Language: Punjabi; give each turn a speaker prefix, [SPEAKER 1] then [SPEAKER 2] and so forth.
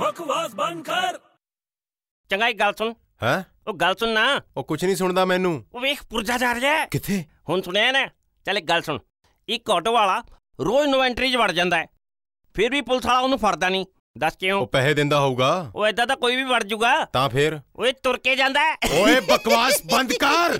[SPEAKER 1] ਬਕਵਾਸ ਬੰਦ ਕਰ
[SPEAKER 2] ਚੰਗਾ ਇੱਕ ਗੱਲ ਸੁਣ
[SPEAKER 3] ਹੈ
[SPEAKER 2] ਉਹ ਗੱਲ ਸੁਣ ਨਾ
[SPEAKER 3] ਉਹ ਕੁਝ ਨਹੀਂ ਸੁਣਦਾ ਮੈਨੂੰ
[SPEAKER 2] ਉਹ ਵੇਖ ਪੁਰਜਾ ਜਾ ਰਿਹਾ ਹੈ
[SPEAKER 3] ਕਿੱਥੇ
[SPEAKER 2] ਹੁਣ ਸੁਣਿਆ ਨਾ ਚੱਲ ਇੱਕ ਗੱਲ ਸੁਣ ਇੱਕ ਆਟੋ ਵਾਲਾ ਰੋਜ਼ ਇਨਵੈਂਟਰੀ 'ਚ ਵੜ ਜਾਂਦਾ ਹੈ ਫਿਰ ਵੀ ਪੁਲਿਸ ਵਾਲਾ ਉਹਨੂੰ ਫੜਦਾ ਨਹੀਂ ਦੱਸ
[SPEAKER 3] ਉਹ
[SPEAKER 2] ਕਿਉਂ
[SPEAKER 3] ਪੈਸੇ ਦਿੰਦਾ ਹੋਊਗਾ
[SPEAKER 2] ਉਹ ਐਦਾਂ ਤਾਂ ਕੋਈ ਵੀ ਵੜ ਜੂਗਾ
[SPEAKER 3] ਤਾਂ ਫੇਰ
[SPEAKER 2] ਓਏ ਤੁਰ ਕੇ ਜਾਂਦਾ ਹੈ
[SPEAKER 3] ਓਏ ਬਕਵਾਸ ਬੰਦ ਕਰ